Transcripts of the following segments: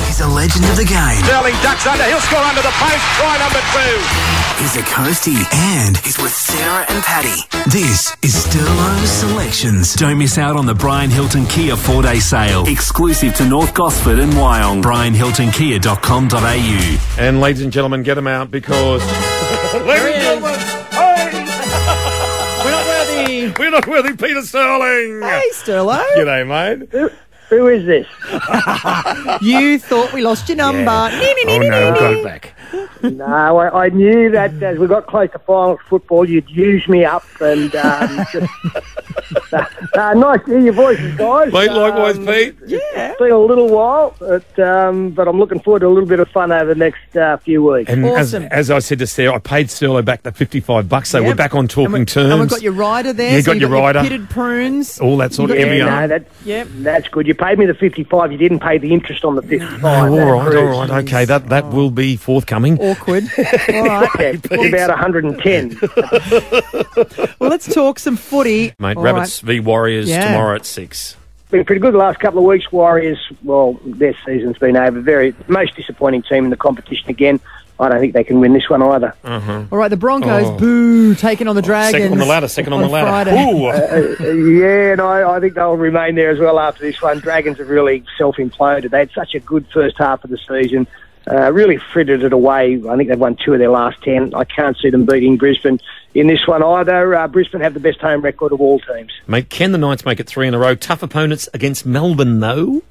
He's a legend of the game. Sterling ducks under. He'll score under the post. Try number two. He's a coastie and he's with Sarah and Patty. This is Sterlo's Selections. Don't miss out on the Brian Hilton Kia four day sale, exclusive to North Gosford and Wyong. BrianHiltonKia.com.au. And ladies and gentlemen, get them out because Ladies and gentlemen, We're not worthy. we're not worthy Peter Sterling. Hey, Sterlo. G'day, mate. Who is this? You thought we lost your number. Nee, nee, nee, Oh nee, no, nee, got nee. it back. no, I, I knew that as we got close to final football, you'd use me up and um, just. uh, nice to hear your voices, guys. Mate, likewise, Um, Pete. It's been a little while, but um, but I'm looking forward to a little bit of fun over the next uh, few weeks. And Awesome. as, as I said to Sarah, I paid Sterlo back that 55 bucks, so Yep. we're back on talking and we, terms. And we've got your rider there. You so got you've your rider. Oh. pitted prunes. all that sort of You got every your- other- no, that, Yep. that's good. You paid me the 55. You didn't pay the interest on the 55. Oh, all That right, proves- all right, okay. That that will be forthcoming. Awkward. All right. Yeah, it's about 110. Well, let's talk some footy. Mate, All Rabbits v Warriors Yeah. tomorrow at six. been pretty good the last couple of weeks. Warriors, well, their season's been over. Very most disappointing team in the competition again. I don't think they can win this one either. right. All right, the Broncos, Oh. boo, taking on the Dragons. Second on the ladder, second on, on the ladder. Friday. Ooh. Uh, yeah, and I, I think they'll remain there as well after this one. Dragons have really self imploded. They had such a good first half of the season, uh, really frittered it away. I think they've won two of their last ten. I can't see them beating Brisbane in this one either. Uh, Brisbane have the best home record of all teams. Mate, can the Knights make it three in a row? Tough opponents against Melbourne, though.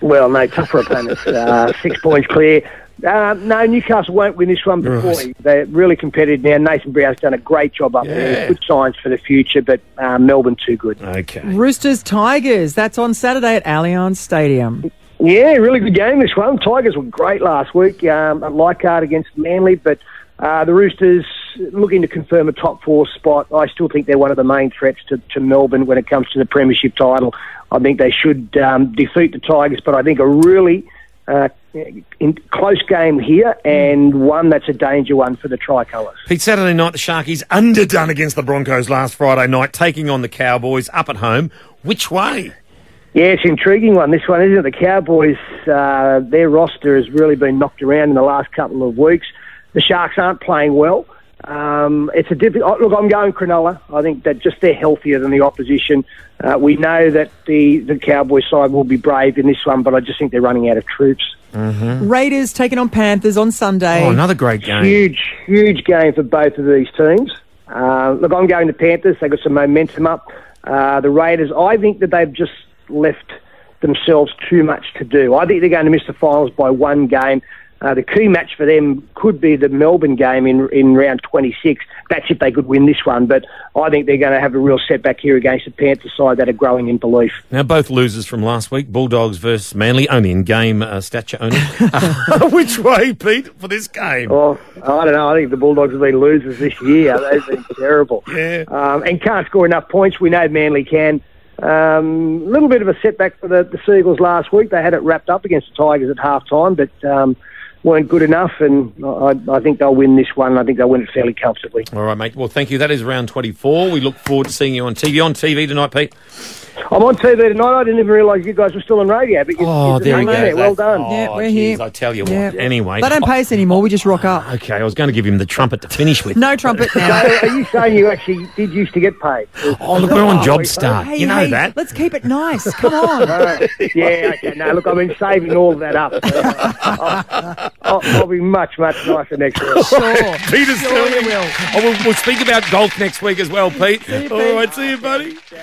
Well, no, tougher opponents. Uh, six points clear. Uh, no, Newcastle won't win this one before. Right. They're really competitive now. Nathan Brown's done a great job up Yeah. there. Good signs for the future, but uh, Melbourne too good. Okay. Roosters, Tigers. That's on Saturday at Allianz Stadium. Yeah, really good game this one. Tigers were great last week um, at Leichardt against Manly, but uh, the Roosters looking to confirm a top four spot. I still think they're one of the main threats to, to Melbourne when it comes to the premiership title. I think they should um, defeat the Tigers, but I think a really uh, in close game here and one that's a danger one for the tricolours. Pete, Saturday night, the Sharkies underdone against the Broncos last Friday night, taking on the Cowboys up at home. Which way? Yeah, it's an intriguing one. This one isn't it? The Cowboys, uh, their roster has really been knocked around in the last couple of weeks. The Sharks aren't playing well. Um, it's a difficult look. I'm going Cronulla. I think that just they're healthier than the opposition. Uh, we know that the the Cowboys side will be brave in this one, but I just think they're running out of troops. Raiders taking on Panthers on Sunday. Oh, another great game. Huge, huge game for both of these teams. Uh, look, I'm going to Panthers. They've got some momentum up. Uh, the Raiders, I think that they've just left themselves too much to do. I think they're going to miss the finals by one game. Uh, the key match for them could be the Melbourne game in in round 26. That's if they could win this one. But I think they're going to have a real setback here against the Panthers side that are growing in belief. Now, both losers from last week Bulldogs versus Manly, only in game uh, stature only. which way, Pete, for this game? Well, Oh, I don't know. I think the Bulldogs have been losers this year. They've been terrible. Yeah. Um, and can't score enough points. We know Manly can. A um, little bit of a setback for the, the Seagulls last week. They had it wrapped up against the Tigers at half time, but um, weren't good enough. And I, I think they'll win this one. I think they'll win it fairly comfortably. All right, mate. Well, thank you. That is round 24. We look forward to seeing you on TV. On TV tonight, Pete. I'm on TV tonight. I didn't even realise you guys were still on radio. But you, Oh, you're there we hanging go. Well That- done. Oh, Yeah, we're geez, here. I tell you what. Yeah. Anyway. They don't pay us anymore. We just rock up. Okay, I was going to give him the trumpet to finish with. No trumpet now. So are you saying you actually did used to get paid? Oh, look, we're on Oh, Job we- Start. Hey, you know hey, that. Let's keep it nice. Come on. Uh, yeah, okay. No, look, I've been saving all that up. Uh, I'll, I'll, I'll be much, much nicer next week. Sure. Peter's Sure you telling will. Oh, we'll, we'll speak about golf next week as well, Pete. All right, see you, buddy.